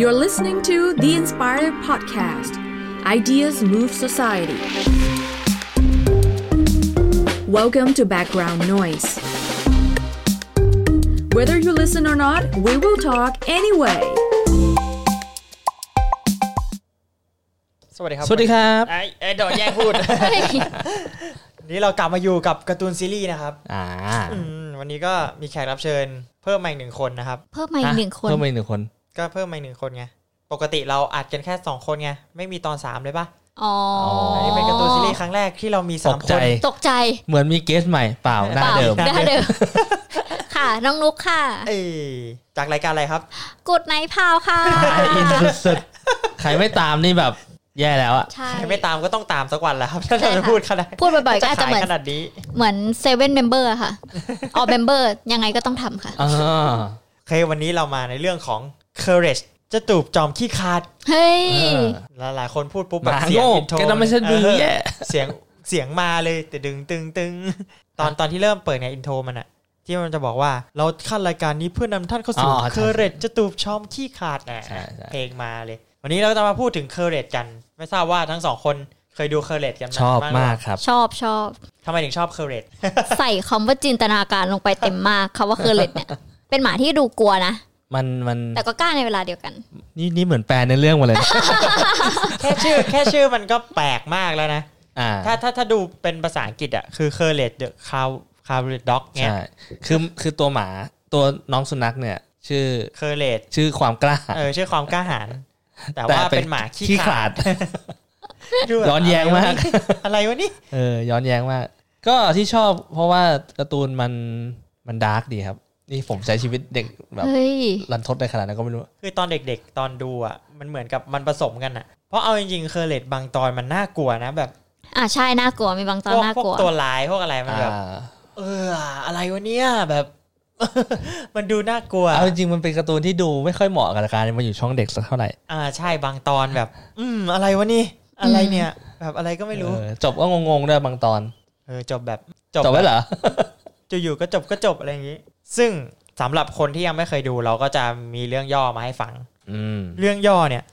You're listening to The Inspired Podcast Ideas Move Society. Welcome to Background Noise. Whether you listen or not, we will talk anyway. สวัสดีครับ สวัสดีครับ ไอ้ไอ้โดดแย่งพูด นี่เรากลับมาอยู่กับการ์ตูนซีรีส์นะครับ อ่า อืมวันนี้ก็มีแขกรับเชิญ เพิ่มมาอีกหนึ่งคนนะครับ เพิ่มมาอีกหนึ่งคน เพิ่มมาอีกหนึ่งคน ก็เพิ่มมาอีกหนึ่งคนไง ปกติเราอัดกันแค่ 2 คนไง ไม่มีตอน 3 เลยปะ อ๋อ อันนี้เป็นการ์ตูนซีรีส์ครั้งแรกที่เรามี ตก 3 ค ใจ น ตกใจ เหมือนมีเกสใหม่เปล่าหน้า เปล่า เดิม หน้าเดิ ม ค่ะ น้องนุกค่ะ เอ้ยจากรายการอะไรครับ กดไนท์พาวค่ะ อินสุดๆใครไม่ตามนี่แบบแย่แล้วอะ ใช่ ใครไม่ตามก็ต้องตามสักวันแหละครับ ถ้า ใช่ เรา ค่ะ จะพูดขนาด พูดบ่อยๆ ก็อาจจะ ขาย เหมือน ขนาดนี้ เหมือนเซเว่นเมมเบอร์ค่ะ ออเมมเบอร์ ยังไงก็ต้องทำค่ะ อ่า โอเค วันนี้เรามาในเรื่องของ courage เจะตูบจอมขี้ขาด เฮ้ย เออ หลายๆคนพูดปุ๊บ ห แบบ มา เสียง โง่ อินโทร แกต้องไม่ใช่ดู เออ แย่ เสียงเสียงมาเลยแต่ดึงตึงตึงตอนตอนที่เริ่มเปิดในอินโทรมันอะที่มันจะบอกว่าเราขั้นรายการนี้เพื่อนำท่านเข้าสู่เคอร์เรจจะตูบชอมขี้ขาดนะ ใช่ใช่ เพลงมาเลย วันนี้เราจะมาพูดถึงเคอร์เรจกัน ไม่ทราบว่าทั้งสองคนเคยดูเคอร์เรจกัน ชอบ บ้งไห มากครับ ชอบชอบ ทำไมถึงชอบเคอร์เรจ ใส่คำว่าจินตนาการลงไปเต็มมากคำว่าเคอร์เลตเนี่ย เป็นหมาที่ดูกลัวนะ มันมัน แต่ก็กล้าในเวลาเดียวกัน นี่นี่เหมือนแปลในเรื่องมาเลยนะ แค่ชื่อแค่ชื่อมันก็แปลกมากแล้วนะ อ่า ถ้าถ้าถ้าดูเป็นภาษาอังกฤษอะคือเคอร์เรจเดอะคาวคาวเรดด็อกเนี่ย ใช่คือคือตัวหมาตัวน้องสุนัขเนี่ย ชื่อ เคอร์เรจ ชื่อความกล้า เออชื่อความกล้าหาญแต่ แต่ ว่า เป็น เป็นหมาขี้ ขี้ ขาด ขลาด ย้อนแย้งมาก อะไรวะนี่ เออย้อนแย้งมากก็ที่ชอบเพราะว่าการ์ตูนมันมันดาร์กดีครับ นี่ผมใช้ชีวิตเด็กแบบ เฮ้ย รันทดได้ขนาดนั้นก็ไม่รู้ คือตอนเด็กๆ ตอนดูอ่ะ มันเหมือนกับมันผสมกันอ่ะ เพราะเอาจริงๆ เคอร์เลตบางตอนมันน่ากลัวนะแบบ อ่ะใช่ น่ากลัว มีบางตอน พวก น่า พว กลั ก ว ตัวร้ายพวกอะไรมัน อ่า แบบเอออะไรวะเนี่ยแบบ มันดูน่ากลัว เอาจริงๆมันเป็นการ์ตูนที่ดูไม่ค่อยเหมาะกับการมาอยู่ช่องเด็กสักเท่าไหร่ อ่าใช่บางตอนแบบ อืมอะไรวะนี่ อะไร อืม เนี่ย แบบอะไรก็ไม่รู้ เออจบก็งงๆด้วยบางตอน เออจบแบบ จบไว้ แ เหรอ อยู่ๆก็จบก็จบอะไรอย่างงี้ ซึ่งสำหรับคนที่ยังไม่เคยดูเราก็จะมีเรื่องย่อมาให้ฟัง อืม เรื่องย่อเนี่ย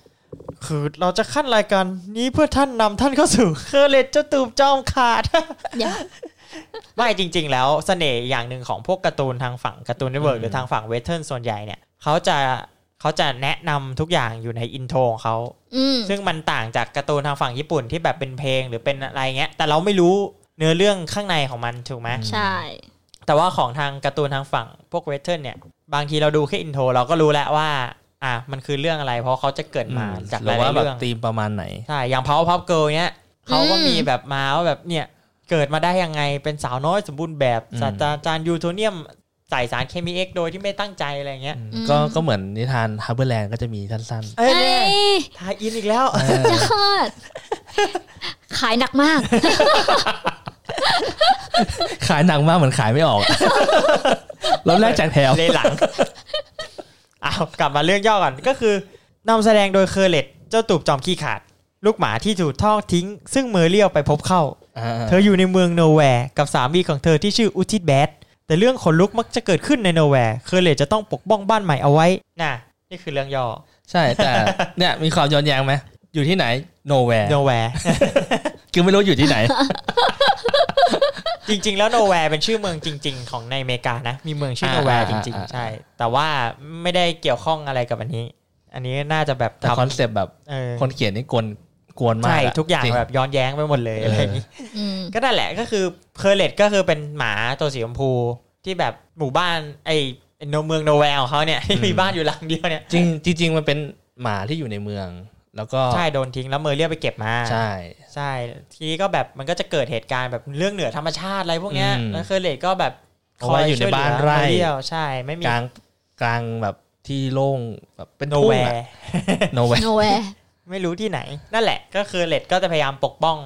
คือเราจะขั้นรายการนี้เพื่อท่านนำท่านเข้าสู่เคอร์เลตเจ้าตูบจอมขาด อย่า ไม่จริง ๆ แล้วเสน่ห์อย่างหนึ่งของพวกการ์ตูนทางฝั่งการ์ตูนเน็ตเวิร์กหรือทางฝั่งเวสเทิร์นส่วนใหญ่เนี่ยเขาจะเขาจะแนะนำทุกอย่างอยู่ในอินโทรของเขา อืม ซึ่งมันต่างจากการ์ตูนทางฝั่งญี่ปุ่นที่แบบเป็นเพลงหรือเป็นอะไรเงี้ย แต่เราไม่รู้เนื้อเรื่องข้างในของมันถูกไหม ใช่ แต่ว่าของทางการ์ตูนทางฝั่งพวกเวสเทิร์นเนี่ยบางทีเราดูแค่อินโทรเราก็รู้แล้วว่าอ่ะมันคือเรื่องอะไร เพราะเขาจะเกิดมาจาก ห ห รื ลา อย ว่า ๆ แบบ เรื่อง ธีมประมาณไหน ใช่ อย่าง Powerpuff Girl เนี้ยเขาก็มีแบบมาว่าแบบเนี่ย เกิดมาได้ยังไง เป็นสาวน้อยสมบูรณ์แบบ อืม ศาสตราจารย์ยูโทเนียมใส่สารเคมีเอ็กโดยที่ไม่ตั้งใจอะไรเงี้ย อืม ก็ก็เหมือนนิทานฮาร์เบอร์แลนด์ก็จะมีสั้น เอ้ย เฮ้ เนี่ย ย ทายอินอีกแล้ว ๆเออ จะคอด ขายหนักมาก ขายหนังมากเหมือนขายไม่อ อก เราแรกจากแถว เลย หลัง อ้าวกลับมาเรื่องย่อก่อนก็คือนำแสดงโดยเคอร์เลตเจ้าตูบจอมขี้ขาด ลูกหมาที่ถูกทอดทิ้ง ซึ่งเมอร์เรียวไปพบเข้า อ่า เธออยู่ในเมืองโนแวร์กับสามีของเธอที่ชื่ออุทิตแบดแต่เรื่องขนลุกมักจะเกิดขึ้นในโนแวร์เคอร์เลตจะต้องปกป้องบ้านใหม่เอาไว้น่ะนี่คือเรื่องย่ อ ใช่แต่เนี่ยมีความย้อนแย้งไหมอยู่ที่ไหน nowhere โนแวร์ คือไม่รู้อยู่ที่ไหน จริงๆ แล้วโนแวร์เป็นชื่อเมืองจริง ๆ ของในอเมริกานะ มีเมืองชื่อโน อ่า แวร์จ อ่า ริง อ่า ๆ ใช่ แต่ว่าไม่ได้เกี่ยวข้องอะไรกับอันนี้ อันนี้น่าจะแบบ แต่คอน ทำ เซปต์แบบ เออ คนเขียนนี่กวนกวนมา ใช่ กะ ทุกอย่าง จริ แบบย้อนแย้งไปหมดเลย เอออ อะไรอย่างนี้ อืม ก็นั่นแหละก็คือเคอร์เลตก็คือเป็นหมาตัวสีชมพูที่แบบหมู่บ้านไอ้โนเมืองโนแวร์ของเขาเนี่ย ที่มีบ้านอยู่หลังเดียวเนี่ย จริงจริง ๆ มันเป็นหมาที่อยู่ในเมือง แล้วก็ ใช่โดนทิ้งแล้วเมอร์เรียกไปเก็บมา ใช่ ใช่ทีนี้ก็แบบมันก็จะเกิดเหตุการณ์แบบเรื่องเหนือธรรมชาติอะไรพวกเนี้ย อืม แล้วเคอร์เลตก็แบบ เพราะว่าอยู่ในบ้านไร่ คอยช่วยเหลือเมอเยลใช่ไม่มี กลางกลางแบบที่โล่งแบบเป็น โน ทุ่ แว งอะ ร์ nowhere nowhere ไม่รู้ที่ไหน นั่นแหละก็คือเลดก็จะพยายามปกป้อง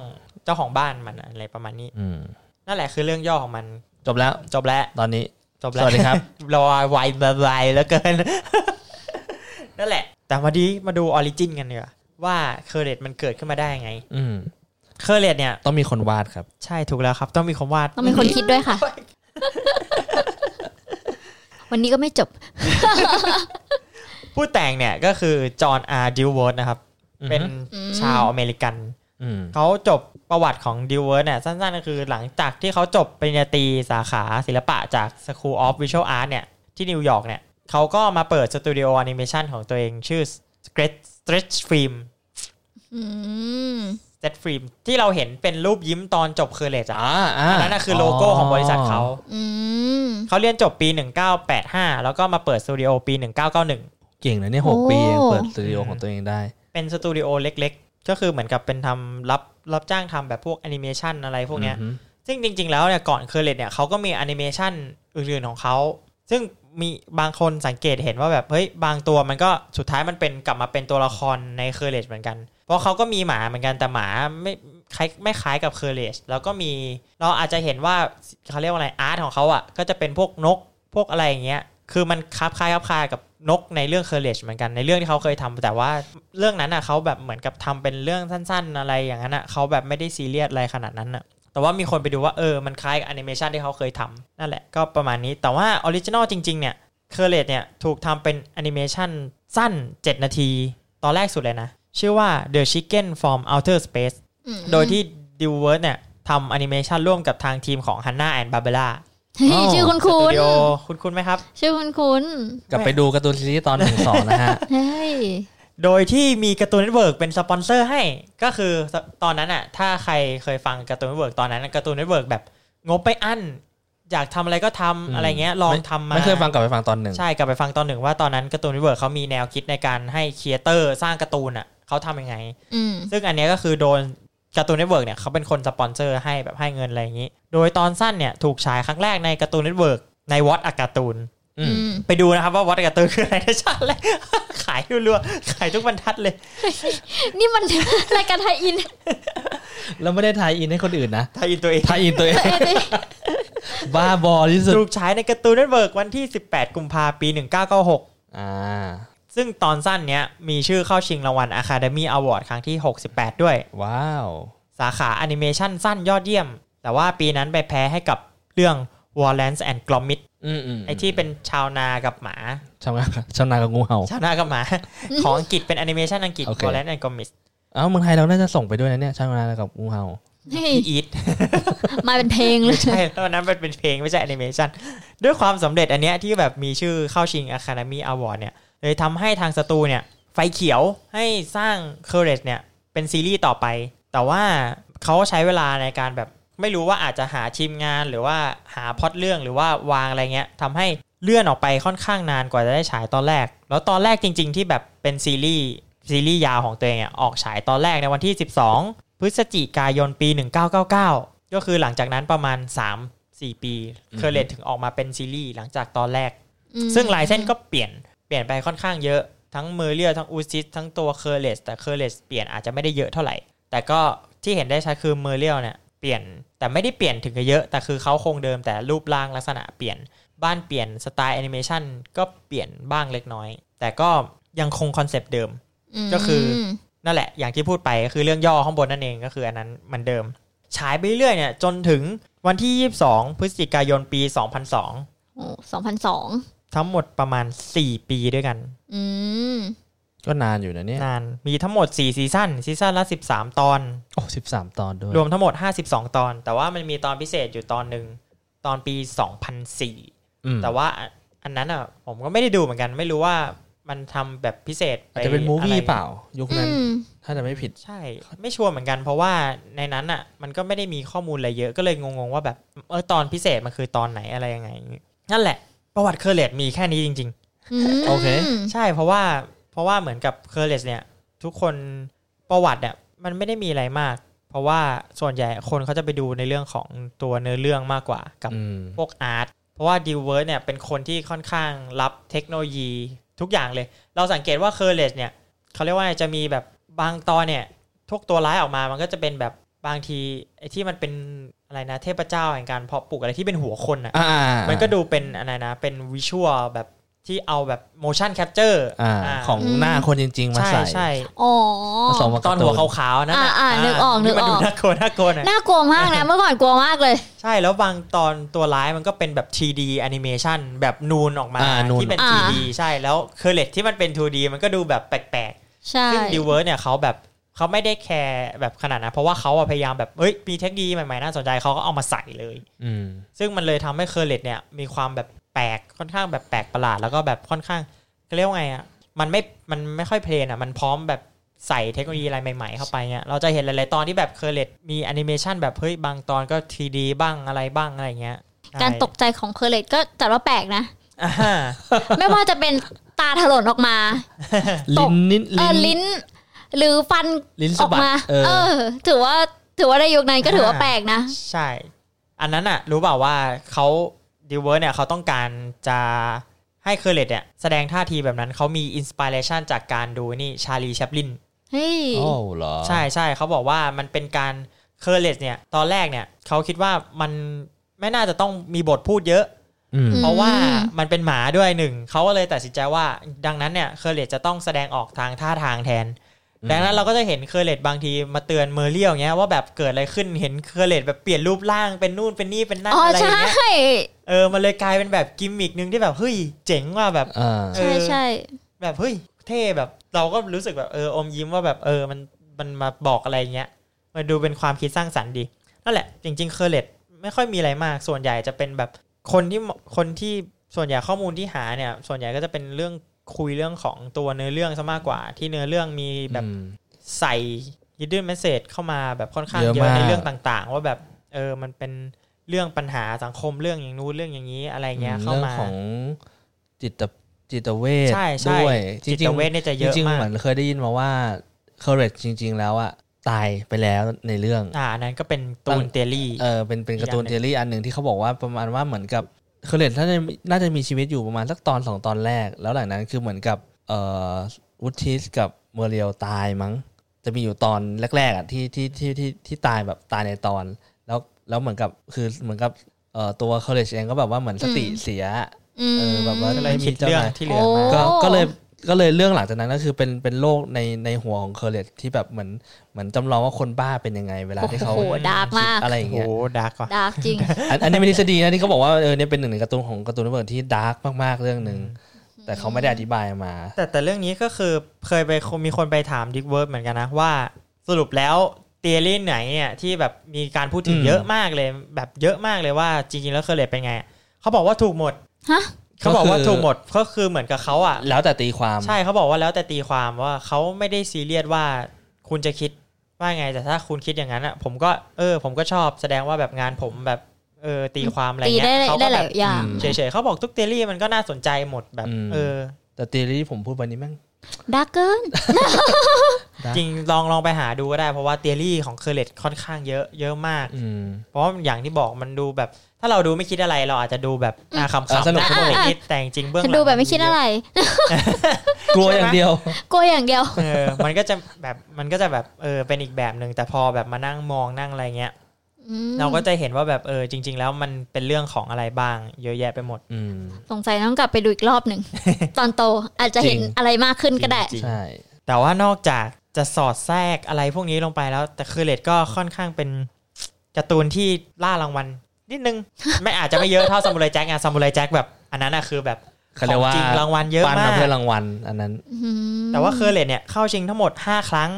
เจ้าของบ้านมันอะไรประมาณนี้ อืม นั่นแหละคือเรื่องย่อของมัน จบแล้ว จบแล้ว ตอนนี้ จบแล้ว สวัสดี ครับ รอไวบายบายแล้วเกิน นั่นแหละ แต่มาดีมาดูออริจินกันเนีกว่ยว่าเคอร์เรตมันเกิดขึ้นมาได้ยังไง อืม เคอร์เรตเนี่ย ต้องมีคนวาดครับ ใช่ถูกแล้วครับ ต้องมีคำวาด ต้องมีคนคิดด้วย ค่ะ วันนี้ก็ไม่จบ ผู้แต่งเนี่ยก็คือจอห์นอาร์ดิวเวิร์ดนะครับ เป็น อืม ชาวอเมริกัน อืม เขาจบประวัติของดิวเวิร์ดเนี่ยสั้นๆก็คือหลังจากที่เขาจบปริญญาตรีสาขาศิลปะจาก School of Visual Art เนี่ย ที่นิวยอร์กเนี่ยเขาก็มาเปิดสตูดิโอแอนิเมชันของตัวเองชื่อ Stretch Stretch Film อืม Stretch Film ที่เราเห็นเป็นรูปยิ้มตอนจบเคอร์เลจอะ อ่าอ่า อันนั้นนะคือโลโก้ของบริษัทเขา อืม เขาเรียนจบปี 1985 แล้วก็มาเปิดสตูดิโอปี 1991 เก่งนะเนี่ยหก โอ้ ปีเองเปิดสตูดิโอของตัวเองได้ เป็นสตูดิโอเล็กๆ ก็คือเหมือนกับเป็นทำรับรับจ้างทำแบบพวกแอนิเมชันอะไรพวกเนี้ย อือฮึ ซึ่งจริงๆ แล้วเนี่ยก่อนเคอร์เลตเนี่ยเขาก็มีแอนิเมชันอื่นๆของเขา ซึ่งมีบางคนสังเกตเห็นว่าแบบ เฮ้ย บางตัวมันก็สุดท้ายมันเป็นกลับมาเป็นตัวละครในเคอร์เลตเหมือนกัน เพราะเขาก็มีหมาเหมือนกันแต่หมาไม่คล้ายไม่คล้ายกับเคอร์เลตแล้วก็มีเราอาจจะเห็นว่าเขาเรียกว่าอะไรอาร์ตของเขาอ่ะก็จะเป็นพวกนกพวกอะไรอย่างเงี้ยคือมันคลับคล้ายคลับคลายกับนกในเรื่องเคอร์เลชเหมือนกันในเรื่องที่เขาเคยทำแต่ว่าเรื่องนั้นอ่ะเขาแบบเหมือนกับทำเป็นเรื่องสั้น ๆ อะไรอย่างนั้นอ่ะเขาแบบไม่ได้ซีเรียสอะไรขนาดนั้นอ่ะ แต่ว่ามีคนไปดูว่าเออ มันคล้ายกับแอนิเมชันที่เขาเคยทำนั่นแหละก็ประมาณนี้ แต่ว่าออริจินอลจริง ๆ เนี่ยเคอร์เลตเนี่ยถูกทำเป็นแอนิเมชันสั้น 7 นาที ตอนแรกสุดเลยนะ ชื่อว่า The Chicken from Outer Space อืม โดยที่ดิวเวิร์ดเนี่ยทำแอนิเมชันร่วมกับทางทีมของ Hanna and Barbera เฮ้ย อ้าว ชื่อคุณ ส คุ ตู ณ ดิโอคุณคุณไหมครับ ชื่อคุณคุณ กลับไปดูการ์ตูนซีรีส์ตอนหนึ่งสองนะฮะ เฮ้ย โดยที่มีการ์ตูนเน็ตเวิร์กเป็นสปอนเซอร์ให้ก็คือตอนนั้นอะถ้าใครเคยฟังการ์ตูนเน็ตเวิร์กตอนนั้นการ์ตูนเน็ตเวิร์กแบบงบไปอั้นอยากทำอะไรก็ทำ ม อะไรเงี้ยลองทำมา ไม่เคยฟังกลับไปฟังตอนหนึ่ง ใช่กลับไปฟังตอนหนึ่งว่าตอนนั้นการ์ตูนวิเวิร์เขามีแนวคิดในการให้ครีเอเตอร์สร้างการ์ตูนอ่ะเขาทำยังไง อืม ซึ่งอันเนี้ยก็คือโดนการ์ตูนเน็ตเวิร์กเนี่ยเขาเป็นคนสปอนเซอร์ให้แบบให้เงินอะไรอย่างนี้ โดยตอนสั้นเนี่ยถูกฉายครั้งแรกในการ์ตูนเน็ตเวิร์กในวอตอาการ์ตูน อื อื ม ม ไปดูนะครับว่าวอตอาการ์ตูนคืออะไร ในชาติแรก ขายรัวๆขายทุกบรรทัดเลย นี่มัน รายการไทยอิน แล้วไม่ได้ทายอินให้คนอื่นนะ ไทยอินตัวเอง ทายอินตัวเอง เอ้ยดิ บ้าบอที่สุด ถูกฉายในการ์ตูนเน็ตเวิร์กวันที่ 18 กุมภาพันธ์ปี 1996 อ่า ซึ่งตอนสั้นเนี้ยมีชื่อเข้าชิงรางวัล Academy Award ครั้งที่ 68 ด้วย ว้าว สาขาแอนิเมชันสั้นยอดเยี่ยม แต่ว่าปีนั้นไปแพ้ให้กับเรื่อง w a r l a n d s and Gromit อืมอืม ไอที่เป็นชาวนากับหมา ชำนาญชำนาญกับงูเห่า ชาวนากับหมา ของอังกฤษเป็นแอนิเมชันอังกฤษ โอเค w a r l a n d and Gromit เอ้าเมืองไทยเราน่าจะส่งไปด้วยนะเนี่ยชำนาญกับงูเห่า เฮ้ย อีท มาเป็นเพลงเลย ใช่แล้ววันนั้นมันเป็นเพลงไม่ใช่แอนิเมชันด้วยความสำเร็จอันเนี้ยที่แบบมีชื่อเข้าชิง Academy Award เนี่ยเลยทำให้ทางสตูเนี่ยไฟเขียวให้สร้าง Courage เนี่ยเป็นซีรีส์ต่อไป แต่ว่าเขาใช้เวลาในการแบบไม่รู้ว่าอาจจะหาทีมงานหรือว่าหาพล็อตเรื่องหรือว่าวางอะไรเงี้ยทำให้เลื่อนออกไปค่อนข้างนานกว่าจะได้ฉายตอนแรก แล้วตอนแรกจริง ๆ ที่แบบเป็นซีรีส์ซีรีส์ยาวของตัวเองอะออกฉายตอนแรกในวันที่ 12 พฤศจิกายนปี 1999 ก็คือหลังจากนั้นประมาณ 3-4 ปี อืม เคอร์เลตถึงออกมาเป็นซีรีส์หลังจากตอนแรก อืม ซึ่งลายเส้นก็เปลี่ยนเปลี่ยนไปค่อนข้างเยอะทั้งเมอร์เรียทั้งอูซิสทั้งตัวเคอร์เลสแต่เคอร์เลสเปลี่ยนอาจจะไม่ได้เยอะเท่าไหร่ แต่ก็ที่เห็นได้ชัดคือเมอร์เรียเนี่ยเปลี่ยนแต่ไม่ได้เปลี่ยนถึงกับเยอะ แต่คือเขาคงเดิมแต่รูปร่างลักษณะเปลี่ยนบ้านเปลี่ยนสไตล์แอนิเมชันก็เปลี่ยนบ้างเล็กน้อย แต่ก็ยังคงคอนเซปต์เดิม ก็คือ ม นั่นแหละอย่างที่พูดไปก็คือเรื่องย่อข้างบนนั่นเองก็คืออันนั้นเหมันเดิมฉายไปเรื่อยเนี่ยจนถึงวันที่ 22 พฤศจิกายนปี 2002 โอ้สองพันสอง ทั้งหมดประมาณ 4 ปีด้วยกัน อืม ก็นานอยู่นะเนี่ย นานมีทั้งหมด 4 ซีซั่นซีซั่นละ 13 ตอน โอ้สิบสามตอนด้วย รวมทั้งหมด 52 ตอน แต่ว่ามันมีตอนพิเศษอยู่ตอนหนึ่งตอนปี 2004 อืม แต่ว่าอันอันนั้นอ่ะผมก็ไม่ได้ดูเหมือนกัน ไม่รู้ว่ามันทำแบบพิเศษไป อาจจะเป็นมูวี่ อะไร เปล่า ยุค อื นั้น ม ถ้าจะไม่ผิด ใช่ ไม่ชัวร์เหมือนกัน เพราะว่าในนั้นอ่ะมันก็ไม่ได้มีข้อมูลอะไรเยอะก็เลยงงๆว่าแบบเออตอนพิเศษมันคือตอนไหนอะไรยังไง นั่นแหละ ประวัติเคอร์เลตมีแค่นี้จริง ๆ ม โอเค ใช่เพราะว่าเพราะว่าเหมือนกับเคอร์เลสเนี่ยทุกคนประวัติเนี่ยมันไม่ได้มีอะไรมาก เพราะว่าส่วนใหญ่คนเขาจะไปดูในเรื่องของตัวเนื้อเรื่องมากกว่ากับ อืม พวกอาร์ตเพราะว่าดิวเวิร์ดเนี่ยเป็นคนที่ค่อนข้างรับเทคโนโลยีทุกอย่างเลย เราสังเกตว่าเคอร์เลสเนี่ยเขาเรียกว่าจะมีแบบบางตอนเนี่ยทุกตัวร้ายออกมามันก็จะเป็นแบบบางทีไอ้ที่มันเป็นอะไรนะเทพเจ้าแห่งการเพาะปลูกอะไรที่เป็นหัวคนอ่ะ อ่ามั มันก็ดูเป็นอะไรนะ เป็นวิชวลแบบ ที่เอาแบบ motion capture อ่า า ของหน้าคนจริง ๆ มา ใช่ ใส่ ใช่ อ๋อ ผสมกับ ตอนหัวขาวๆนั่นน่ะ อ่าๆนึกออกนึกออก มัดูน่ากลัวน่ากลัวหน่อย น่ากลัวมากนะ เมื่อก่อนกลัวมากเลย ใช่แล้วบางตอนตัวร้ายมันก็เป็นแบบ 3D animation แบบนูนออกมา อ่านูน ที่เป็น อ่า 3D ใช่แล้วเคอร์เลตที่มันเป็น 2D มันก็ดูแบบแปลก ใช่ ๆ ซึ่งดิเวิร์สเนี่ยเขาแบบเขาไม่ได้แคร์แบบขนาดนั้นเพราะว่าเขาอะพยายามแบบเอ้ยมีเทคโนโลยีใหม่ๆ น่าสนใจเขาก็เอามาใส่เลย อืม ซึ่งมันเลยทำให้เคอร์เลตเนี่ยมีความแบบแปลกค่อนข้างแบบแปลกประหลาด แล้วก็แบบค่อนข้างเขาเรียกว่าไงอ่ะมันไม่มันไม่ค่อยเพลนอ่ะมันพร้อมแบบใส่เทคโนโลยีอะไรใหม่ๆเข้าไปเนี่ยเราจะเห็นหลายๆตอนที่แบบเคอร์เลตมีแอนิเมชันแบบเฮ้ยบางตอนก็ 3D บ้างอะไรบ้างอะไรอย่างเงี้ย การ ใช่ ตกใจของเคอร์เลตก็จัดว่าแปลกนะ อ่ า ไม่ว่าจะเป็นตาถลนออกมา ต ลิ้ ก นนิด เออลิ้น หรือฟัน ลิ้น อ สะ อก บัด มา เอ เอ อ อ ถือว่าถือว่าในยุคนั้นก็ถือว่าแปลกนะ ใช่ อันนั้นอ่ะรู้เปล่าว่าเขาดิเวอร์เนี่ยเขาต้องการจะให้เคอร์เลตเนี่ยแสดงท่าทีแบบนั้นเขามีอินสปิเรชันจากการดูนี่ชาลีแชปลิน เฮ้ย โอ้เหรอ ใช่ใช่เขาบอกว่ามันเป็นการเคอร์เลสเนี่ย ตอนแรกเนี่ยเขาคิดว่ามันไม่น่าจะต้องมีบทพูดเยอะ อืม เพราะว่ามันเป็นหมาด้วยหนึ่งเขาก็เลยตัดสินใจว่าดังนั้นเนี่ยเคอร์เลสจะต้องแสดงออกทางท่าทางแทน อืม ดังนั้นเราก็จะเห็นเคอร์เลสบางทีมาเตือนเมอร์เรียลเงี้ยว่าแบบเกิดอะไรขึ้นเห็นเคอร์เลสแบบเปลี่ยนรูปร่างเป็นนู่นเป็นนี่เป็นนั่น อ๋อ อะไรอ ใช่ ย่างเงี้ยเออมันเลยกลายเป็นแบบกิมมิกนึงที่แบบเฮ้ยเจ๋งว่าแบบ อ่า เออ ใช่ใช่ แบบเฮ้ยเท่แบบเราก็รู้สึกแบบเอออมยิ้มว่าแบบเออมันมันมาบอกอะไรเงี้ยมันดูเป็นความคิดสร้างสรรค์ดี นั่นแหละ จริง ๆ เคอร์เลตไม่ค่อยมีอะไรมาก ส่วนใหญ่จะเป็นแบบคนที่คนที่ส่วนใหญ่ข้อมูลที่หาเนี่ย ส่วนใหญ่ก็จะเป็นเรื่องคุยเรื่องของตัวเนื้อเรื่องซะมากกว่า ที่เนื้อเรื่องมีแบบใส่ hidden message เข้ามาแบบค่อนข้าง เยอะ เยอะ มาก ในเรื่องต่างๆ ว่าแบบเออมันเป็นเรื่องปัญหาสังคมเรื่องอย่างนู้นเรื่องอย่างนี้อะไรเงี้ยเข้า เรื่อง มา ของจิตจิตเวช ใช่ใช่ ด้วย จิตเวชเนี่ยจะเยอะ จริงๆ มาก เหมือนเคยได้ยินมาว่าเคอร์เรจจริง ๆ แล้วอะตายไปแล้วในเรื่อง อ่าอันนั้นก็เป็นตูนเตยลี่ เออเป็นเป็นการ์ตูน อีกอันหนึ่ง เทอรี่อันหนึ่งที่เขาบอกว่าประมาณว่าเหมือนกับเคอร์เรจน่าจะน่าจะมีชีวิตอยู่ประมาณสักตอนสองตอนแรก แล้วหลังนั้นคือเหมือนกับเอ่อวูดทิสกับเมอร์เรียลตายมั้ง จะมีอยู่ตอนแรกๆอ่ะที่ที่ที่ที่ที่ตายแบบตายในตอน แล้วแล้วเหมือนกับคือเหมือนกับเอ่อตัวเคอร์เรจเองก็แบบว่าเหมือนสติ อืม เสีย อืม เออแบบว่า ก็เลยคิดเรื่องที่เหลือมา โ ก็ก็เลยก็เลยเรื่องหลังจากนั้นก็คือเป็นเป็นโลกในในหัวของเคอร์เรจที่แบบเหมือนเหมือนจำลองว่าคนบ้าเป็นยังไง เวลา โอ้ ที่เขา โหดาร์กมาก อะไรอ โอ้ ย่าง โห เงี้ย ดาร์กว่ะ ดาร์กจริง อันอันนี้เป็นทฤษฎีนะที่เขาบอกว่าเออเนี่ยเป็นหนึ่งในการ์ตูนของการ์ตูนเน็ตเวิร์กที่ดาร์กมากๆเรื่องหนึ่งแต่เขาไม่ได้อธิบายมา แต่แต่เรื่องนี้ก็คือเคยไปมีคนไปถามดิกเวิร์ดเหมือนกันนะ ว่าสรุปแล้วเตยลี่ไหนเนี่ยที่แบบมีการพูดถึง อืม เยอะมากเลย แบบเยอะมากเลยว่าจริงๆแล้วเคอร์เลตเป็นไง เขาบอกว่าถูกหมด ฮะ เขาบอกว่าถูกหมดก็คือเหมือนกับเขาอ่ะ แล้วแต่ตีความ ใช่เขาบอกว่าแล้วแต่ตีความว่าเขาไม่ได้ซีเรียสว่าคุณจะคิดว่าไงแต่ถ้าคุณคิดอย่างนั้นอ่ะผมก็เออ ผมก็ชอบแสดงว่าแบบงานผมแบบเออตีความอะไร ตี เงี้ ได้ ยเขา ได้ ก็ ห แบ ลา บ ยอย่าง อืม เฉยๆเขาบอกทุกเทอรี่มันก็น่าสนใจหมดแบบ อืม เออ แต่ตีที่ผมพูดวันนี้แม่ง ดาร์กเกิน อ่ะ จริงลองลองไปหาดูก็ได้เพราะว่าเทอรี่ของเคอร์เลตค่อนข้างเยอะเยอะมาก อืม เพราะอย่างที่บอกมันดูแบบ ถ้าเราดูไม่คิดอะไรเราอาจจะดูแบบอ่ะขำ อ่ะ ๆ สนุก นะ สนุก ไม่คิดแต่จริงๆเบื้องหลัง ดูแบบไม่คิดอะไร กลัวอย่างเดียว กลัวอย่างเดียว เออมันก็จะแบบมันก็จะแบบเออเป็นอีกแบบหนึ่งแต่พอแบบมานั่งมองนั่งอะไรเงี้ย อืม เราก็จะเห็นว่าแบบเออจริง ๆ แล้วมันเป็นเรื่องของอะไรบ้าง เยอะแยะไปหมด อืม สงสัยต้องกลับไปดูอีกรอบหนึ่ง ตอนโตอาจจะเห็จรินง อะไรมากขึ้นก็ได้ จริง ใช่ แต่ว่านอกจากจะสอดแทรกอะไรพวกนี้ลงไปแล้ว แต่คือเลดก็ค่อนข้างเป็นการ์ตูนที่ล่ารางวัลนิดนึง ไม่อาจจะไม่เยอะเท่าซามูไรแจ็คไงซามูไรแจ็คแบบ อันนั้นอะคือแบบ เขาเรียกว่า ของจริงรางวัลเยอะ ปั้มามนาก เพื่อรางวัลอันนั้น อืม แต่ว่าเคอร์เลตเนี่ยเข้าชิงทั้งหมด 5 ครั้ง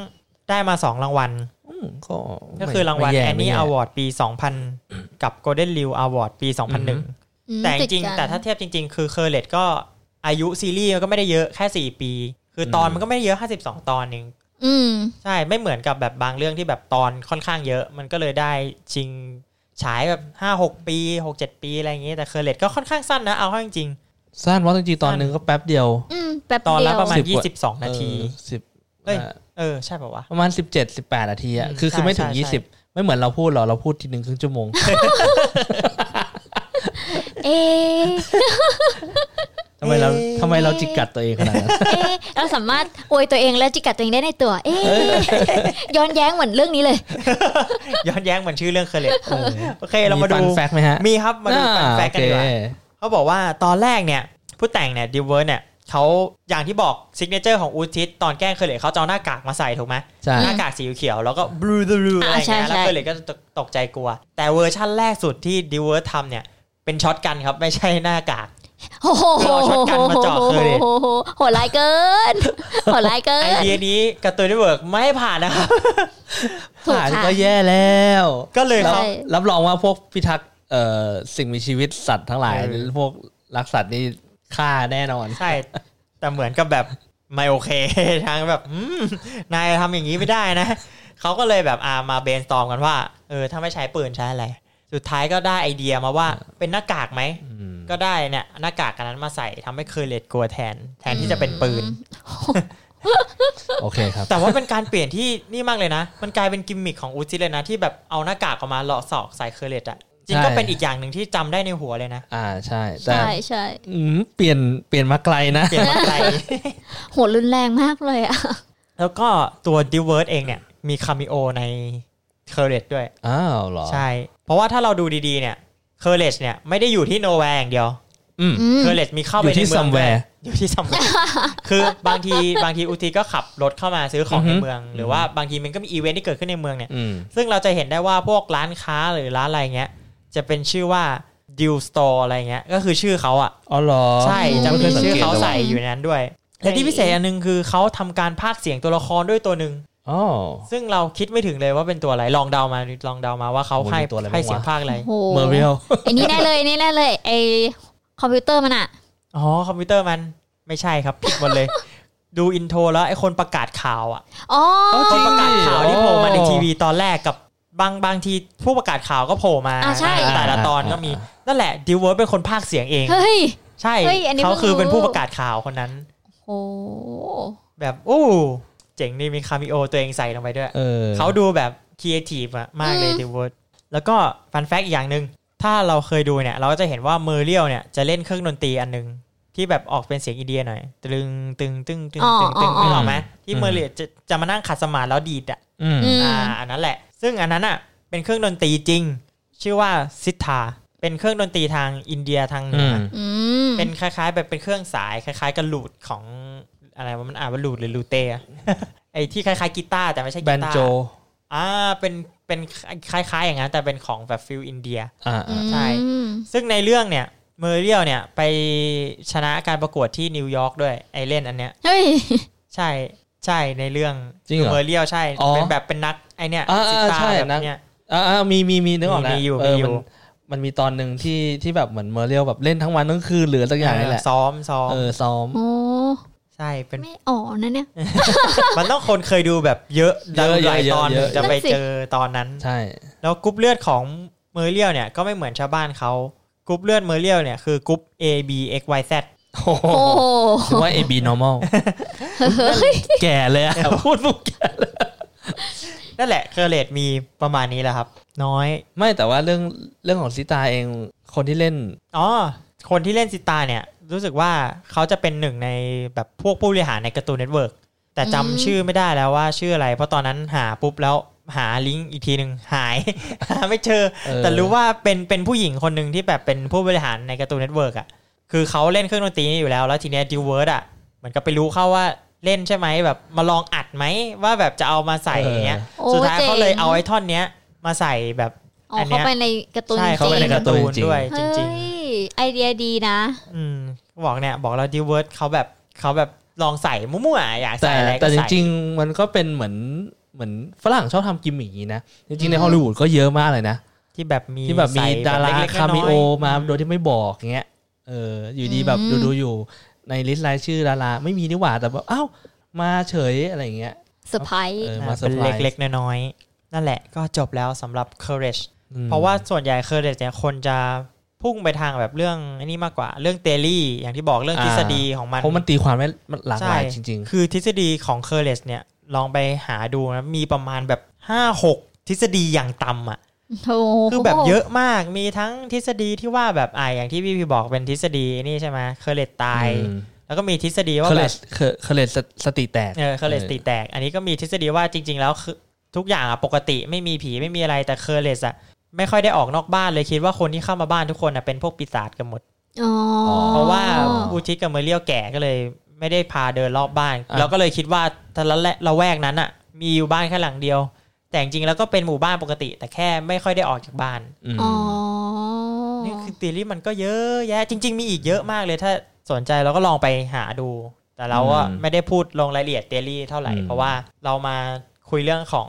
ได้มา 2 รางวัล อืมก็ ก็คือรางวัล ไม่ แอ ย่ นนี่ ไม่ อ แย่ วอร์ดปี 2000 กับโกลเด้นริวอวอร์ดปี อือฮึ 2001 อืม แต่จ ด ริง กัน ๆแต่ถ้าเทียบจริง ๆ คือเคอร์เลตก็อายุซีรีส์มันก็ไม่ได้เยอะแค่ 4 ปี คือตอน อืม มันก็ไม่ได้เยอะ 52 ตอนเอง อืม ใช่ไม่เหมือนกับแบบบางเรื่องที่แบบตอนค่อนข้างเยอะ มันก็เลยได้ชิงฉายแบบ 5 6 ปี 6 7 ปีอะไรอย่างงี้แต่เคอร์เลตก็ค่อนข้างสั้นนะเอาเข้าจริง สั้นว่าะจริงๆตอนหนึ่งก็แป๊บเดียว อืมแป๊บ ๆ ตอน เดี ละ ยว ประมาณ สิ 22 นาที เออสิบ เอ้ย อ่ะ เออ ใช่ป่าววะ ประมาณสิบเจ็ดสิบแปดนาทีอ่ะ อืม คือคือไม่ถึง ใช่ใช่ ยี่สิบไม่เหมือนเราพูดหรอกเราพูดทีหนึ่งครึ่งชั่วโมง เอะ ทำไมเรา เอ๊ะ ทำไมเราจิกกัดตัวเองขนาดนั้น เอะเราสามารถอวยตัวเองและจิกกัดตัวเองได้ในตัว เอะย้อนแย้งเหมือนเรื่องนี้เลย ย้อนแย้งเหมือนชื่อเรื่องเคอร์เลต โอเคเรามาดู ฟันแฟกไหมฮะ มีครับมาดู อ่ แฟนแฟกกันดีกว่า โอเค เขาบอกว่าตอนแรกเนี่ย ผู้แต่งเนี่ยดิวเวอร์เนี่ยเขาอย่างที่บอกซิกเนเจอร์ของอูทิสตอนแกล้งเคอร์เลตเขาจะเอาหน้ากากมาใส่ถูกไหม ใช่ หน้ากากสีเขียวแล้วก็บลูบลูอะไรอย่างเงี้ย อ่าใช่ใช่ แล้วเคอร์เลตก็ตกตกใจกลัว แต่เวอร์ชั่นแรกสุดที่ดิวเวอร์ทำเนี่ยเป็นช็อตกันครับไม่ใช่หน้ากาก โอ้โห คือเอาช็อตกันมาเจาะเคย โอ้โหโหดร้ายเกินโหดร้ายเกิ ไอน เดียนี้การ์ตูนเน็ตเวิร์กไม่ผ่านนะครับ ถูกค่ะ ผ่านก็แย่แล้ว ก็เลยเขา ใช่ รับรองว่าพวกพิทักษ์เอ่อสิ่งมีชีวิตสัตว์ทั้งหลาย เออ พวกรักสัตว์นี่ฆ่าแน่นอน ใช่ แต่เหมือนกับแบบไม่โอเค ทางแบบอืมนายทำอย่างนี้ไม่ได้นะ เขาก็เลยแบบอามาเบนสตอมกันว่า เออ ถ้าไม่ใช้ปืนใช้อะไร สุดท้ายก็ได้ไอเดียมาว่าเป็นหน้ากากไหม อืม ก็ได้เนี่ยหน้ากากอันนั้นมาใส่ทำให้เคอร์เลตกลัวแทน แทนที่จะเป็นปืน โอเคครับ แต่ว่าเป็นการเปลี่ยนที่นี่มากเลยนะ มันกลายเป็นกิมมิคของอูจิเลยนะ ที่แบบเอาหน้ากากออกมาเลาะศอกใส่เคอร์เลตอะจริงก็เป็นอีกอย่างหนึ่งที่จำได้ในหัวเลย นะ อ่าใช่แต่ ใช่ใช่ อืมเปลี่ยนเปลี่ยนมาไกลนะ เปลี่ยนมาไกล โหดรุนแรงมากเลยอะ แล้วก็ตัวดิเวิร์ดเองเนี่ยมีคาเมิโอในเคอร์เรจด้วย อ้าวเหรอ ใช่ เพราะว่าถ้าเราดูดีๆเนี่ยเคอร์เรจเนี่ยไม่ได้อยู่ที่โนแวร์อย่างเดียว อืม อืม เคอร์เรจมีเข้า อ ไป ยู่ ใน ที่ เมืองด้ย somewhere อยู่ที่ซัมแวร์ คือบางทีบางทีอุทิก็ขับรถเข้ามาซื้อของ อือฮึ ในเมือง หรือว่าบางทีมันก็มีอีเวนท์ที่เกิดขึ้นในเมืองเนี่ย อืม ซึ่งเราจะเห็นได้ว่าพวกร้านค้าหรือร้านอะไรเงี้ยจะเป็นชื่อว่าดิวสโตร์อะไรเงี้ยก็คือชื่อเขาอะ อ๋อเหรอ ใช่จะ ไม่ มี เคยสัง ชื่อก ต เขา ลย ใส่อยู่ในนั้นด้วย และที่พิเศษอันหนึงคือเขาทำการพากย์เสียงตัวละครด้วยตัวหนึ่ง อ๋อ ซึ่งเราคิดไม่ถึงเลยว่าเป็นตัวอะไร ลองเดามาลองเดามาว่าเขา โอ้ ให้ มีตัวอะไร ให้ บ้างวะ เสียงภาคอะไร โอ้โห เมอร์เรียล ไอ้นี่แน่เลยนี่แน่เลยไอคอมพิวเตอร์มันอะ อ๋อ คอมพิวเตอร์มันไม่ใช่ครับผิดหมดเลย ดูอินโทรแล้วไอ้คนประกาศข่าวอ่ะ อ๋อ คนประกาศข่าวที่โผล่มาในทีวีตอนแรกกับบางบางทีผู้ประกาศข่าวก็โผล่มา อ่าใช่ แต่ละตอนก็มีนั่นแหละดิวเวิร์ดเป็นคนภาคเสียงเอง เฮ้ย ใช่ เฮ้ยอันนี้ เขา เพิ่งรู้ คือเป็นผู้ประกาศข่าวคนนั้น โอ้ แบบอู้เจ๋งนี่มีคาเมิโอตัวเองใส่ลงไปด้วย เออ เขาดูแบบครีเอทีฟอะมากเลยดิวอร์แล้วก็ฟันแฟกอีกอย่างหนึ่งถ้าเราเคยดูเนี่ย เราก็จะเห็นว่าเมอร์เรียลเนี่ยจะเล่นเครื่องดนตรีอันหนึ่งที่แบบออกเป็นเสียงอินเดียหน่อย ตึงตึงตึงตึงตึงตึงนึกออกไหมที่เมอร์เรียลจะจะมานั่งขัดสมานแล้วดีดอะ อืม อืม อ่าอันนั้นแหละ ซึ่งอันนั้นอะเป็นเครื่องดนตรีจริง ชื่อว่าซิทาเป็นเครื่องดนตรีทางอินเดียทางเหนื อื อ ม อ อืม เป็นคล้ายๆ แบบเป็นเครื่องสายคล้าย ๆกับลูดของอะไรว่ามันอ่านว่าลูดหรือลูเตอะ ไอที่คล้ายๆกีตาร์แต่ไม่ใช่ แบ กี น ตาร์ โจ อ่าเป็นเป็นคล้ายๆอย่างนั้นแต่เป็นของแบบฟิลอินเดีย อ่า อื อ่าม ใช่ ซึ่งในเรื่องเนี่ยเมอร์เรียลเนี่ยไปชนะการประกวดที่นิวยอร์กด้วยไอเล่นอันเนี้ย เฮ้ย ใช่ใช่ในเรื่อง จริงเหรอ เมอร์เรียลใช่ อ๋อ เป็นแบบเป็นนักไอเนี้ย อ่าอ่า ซิตา ใช่ แบบ นัก เนี้ย อ่าอ่ามีมีมีนึกออกแล้ว มีอยู่ เออ มีอยู่ มันมันมีตอนหนึ่งที่ที่แบบเหมือนเมอร์เรียลแบบเล่นทั้งวันทั้งคืนหรือสักอย่างนี่แหละ ซ้อมซ้อม เออซ้อม โอ้ ใช่เป็น ไม่อ๋อนะเนี่ย มันต้องคนเคยดูแบบเยอะ เยอะ หลาย เยอะ ตอน เยอะ จะไป นั่นสิ เจอตอนนั้น ใช่ แล้วกรุ๊ปเลือดของเมอร์เรียลเนี่ยก็ไม่เหมือนชาวบ้านเขากรุ๊ปเลือดเมอร์เรียลเนี่ยคือกรุ๊ป A B X Y Z โอ้โห โอ้โห ถือว่า AB normal แก่เลยอะพูดพูดแก่ นั่นแหละเคอร์เรตมีประมาณนี้แหละครับ น้อย ไม่แต่ว่าเรื่องเรื่องของซิตาเองคนที่เล่น อ๋อ คนที่เล่นซิตาเนี่ย รู้สึกว่าเขาจะเป็นหนึ่งในแบบพวกผู้บริหารในการ์ตูนเน็ตเวิร์กแต่จำชื่อไม่ได้แล้วว่าชื่ออะไร เพราะตอนนั้นหาปุ๊บแล้วหาลิงก์อีกทีหนึ่งหาย หาไม่เจอ เออ แต่รู้ว่าเป็นเป็นผู้หญิงคนหนึ่งที่แบบเป็นผู้บริหารในการ์ตูนเน็ตเวิร์กอ่ะคือเขาเล่นเครื่องดนตรีนี่อยู่แล้ว แล้วทีเนี้ยดิวเวิร์ดอ่ะเหมือนกับไปรู้เข้าว่าเล่นใช่ไหมแบบมาลองอัดไหมว่าแบบจะเอามาใส่อย่างเงี้ย โอ้ สุดท้าย จ๋ง เขาเลยเอาไอ้ท่อนเนี้ยมาใส่แบบ อ๋ออน เนี้ยเขาไปในการ์ตูน ใช่เขาไป จ ใน ริง การ์ตูนด้วย ๆ จริง เฮ้ยไอเดียดีนะ ๆ อืมบอกเนี่ยบอกเราดิเวิร์ดเขาแบบเขาแบบลองใส่มั่วๆอยาก แต่ ใส่อะไร แต่ ก็ จ ใส่ ริงๆ มันก็เป็นเหมือนเหมือนฝรั่งชอบทำกิมมิกอย่างนี้นะ จริงๆ ในฮอลลีวูดก็เยอะมากเลยนะ ที่แบบมี ที่แบบมี ใส่ ดารา เล็กๆน้ยๆ คาเมโอมาโดยที่ไม่บอกเงี้ยเอออยู่ดีแบบ อื ดู ม ดูๆอยู่ในลิสต์รายชื่อดาราไม่มีนี่หว่าแต่แบบอ้าวมาเฉยอะไรอย่างเงี้ย เซอร์ไพรส์ เออ อ่า มาเซร์ เป็น ไพรส์ เล็กๆน้อยๆนั่นแหละก็จบแล้วสำหรับ courage อืม เพราะว่าส่วนใหญ่ courage เนี่ยคนจะพุ่งไปทางแบบเรื่องไอันนี้มากกว่าเรื่องเตลี่อย่างที่บอกเรื่องทฤษฎีของมัน เพราะมันตีความได้มันหลากหลาย ใช่ จริง คือทฤษฎีของ courage เนี่ยลองไปหาดูนะมีประมาณแบบห้าหกทฤษฎีอย่างต่ำอ่ะ โอ้โห คือแบบเยอะมาก มีทั้งทฤษฎีที่ว่าแบบอ่าอย่างที่พี่พี่บอกเป็นทฤษฎีนี่ใช่ไหมเคอร์เลตตาย อืม แล้วก็มีทฤษฎี ๆ ว่า เคเล แบบ สเคเลสสติแตก เออเคอร์เลตตีแตก อันนี้ก็มีทฤษฎีว่าจริง ๆ แล้วคือทุกอย่างอะปกติไม่มีผีไม่มีอะไรแต่เคอร์เลตอะไม่ค่อยได้ออกนอกบ้านเลยคิดว่าคนที่เข้ามาบ้านทุกคนอะเป็นพวกปีศาจกันหมด อ๋อ เพราะว่าอุทิศกับเมอเรียวแก่ก็เลย ไม่ได้พาเดินรอบบ้าน อ่ะ เราก็เลยคิดว่าทะละแหละละแวกนั้นอ่ะ มีอยู่บ้านแค่หลังเดียว แต่จริงๆแล้วก็เป็นหมู่บ้านปกติ แต่แค่ไม่ค่อยได้ออกจากบ้าน อืม อ๋อ นี่คือตีรี่มันก็เยอะแยะจริง ๆ มีอีกเยอะมากเลยถ้าสนใจเราก็ลองไปหาดู แต่เราอะไม่ได้พูดลงรายละเอียดเตลี่เท่าไหร่เพราะว่าเรามาคุยเรื่องของ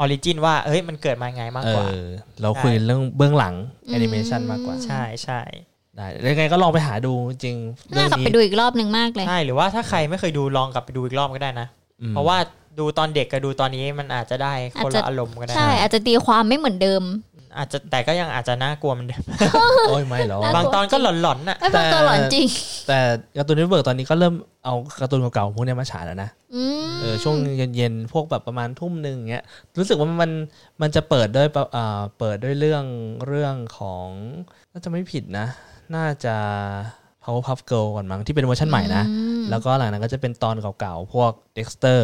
ออริจินว่าเฮ้ยมันเกิดมาไงมาก เอก ว่า อเราคุยเรื่องเบื้องหลังแอนิเมชันมากกว่า ใช่ใช่ ได้แล้วยังไงก็ลองไปหาดูจริงเรื่ น่า อง กลับ นี้ ไปดูอีกรอบหนึ่งมากเลย ใช่หรือว่าถ้าใครไม่เคยดูลองกลับไปดูอีกรอบก็ได้นะ อืม เพราะว่าดูตอนเด็กกับดูตอนนี้มันอาจจะได้คนละอารมณ์ก็ได้ ใช่อาจจะตีความไม่เหมือนเดิม อาจจะแต่ก็ยังอาจจะน่ากลัวเหมันเดิม โอ้ยไม่หรอก น่ากลัว บางตอนก็หลอนๆน่ะ ไอ้ยบางตัวหลอนจริง แต่การ์ตูนเน็ตเวิร์กตอนนี้ก็เริ่มเอาการ์ตูนเก่าๆพวกเนี้ยมาฉายแล้วนะ อืม เออช่วงเย็นๆพวกแบบประมาณทุ่มหนึ่งอย่างเงี้ยรู้สึกว่ามันมันจะเปิดด้วยประอ่าเปิดด้วยเรื่องเรื่องของน่าจะไม่ผิดนะ น่าจะ Powerpuff Girl ก่อนมั้งที่เป็นเวอร์ชันใหม่นะ อืม แล้วก็หลังนั้นก็จะเป็นตอนเก่าๆ พวก Dexter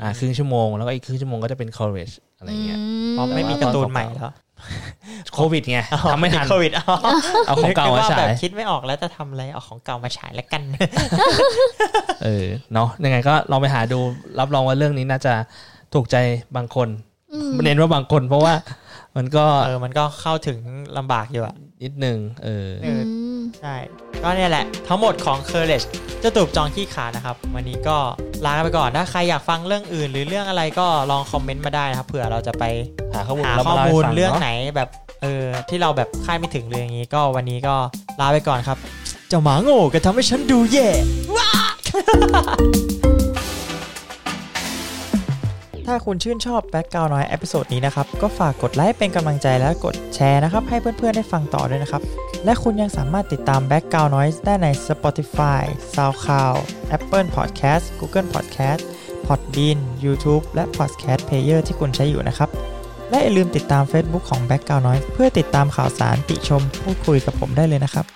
อ่าครึ่งชั่วโมง แล้วก็อีกครึ่งชั่วโมงก็จะเป็น Courage อะไรเงี้ย เพราะไม่มีการ์ตูนใหม่แล้ว โควิดไงทำไม่ทัน โควิดเอา เอาของเก่า นึว่มาฉา แบบ ย คิดไม่ออกแล้วจะทำอะไรเอาของเก่ามาฉายแล้วกัน เออเนาะยังไงก็ลองไปหาดูรับรองว่าเรื่องนี้น่าจะถูกใจบางคน อืม เน้นว่าบางคนเพราะว่ามันก็ เออมันก็เข้าถึงลำบากอยู่อะ นิดนึงเออ เอ อื อ ม ใช่ก็เนี่ยแหละ ทั้งหมดของ Courage เจะตูบจองขี้ขานะครับ วันนี้ก็ลากันไปก่อนถ้าใครอยากฟังเรื่องอื่น หรือเรื่องอะไรก็ลองคอมเมนต์มาได้นะครับเผื่อเราจะไป หาข้อมูล หา แล้ว ข้อ มา มูล ล่าให้ฟั เรื่อง นะ ไหนแบบเออที่เราแบบคาดไม่ถึงเลยอย่างนี้ ก็วันนี้ก็ลาไปก่อนครับ เจ้าหมาโง่ก็ทำให้ฉันดูแย่ว้า ถ้าคุณชื่นชอบแบ็กกราวน้อยเอพิโซดนี้นะครับ ก็ฝากกดไลค์เป็นกำลังใจและกดแชร์นะครับ ให้เพื่อนๆได้ฟังต่อด้วยนะครับ และคุณยังสามารถติดตาม Background Noise ได้ใน Spotify, SoundCloud, Apple Podcast, Google Podcast, Podbean, YouTube และ Podcast Player ที่คุณใช้อยู่นะครับ และอย่าลืมติดตาม Facebook ของ Background Noise เพื่อติดตามข่าวสารติชมพูดคุยกับผมได้เลยนะครับ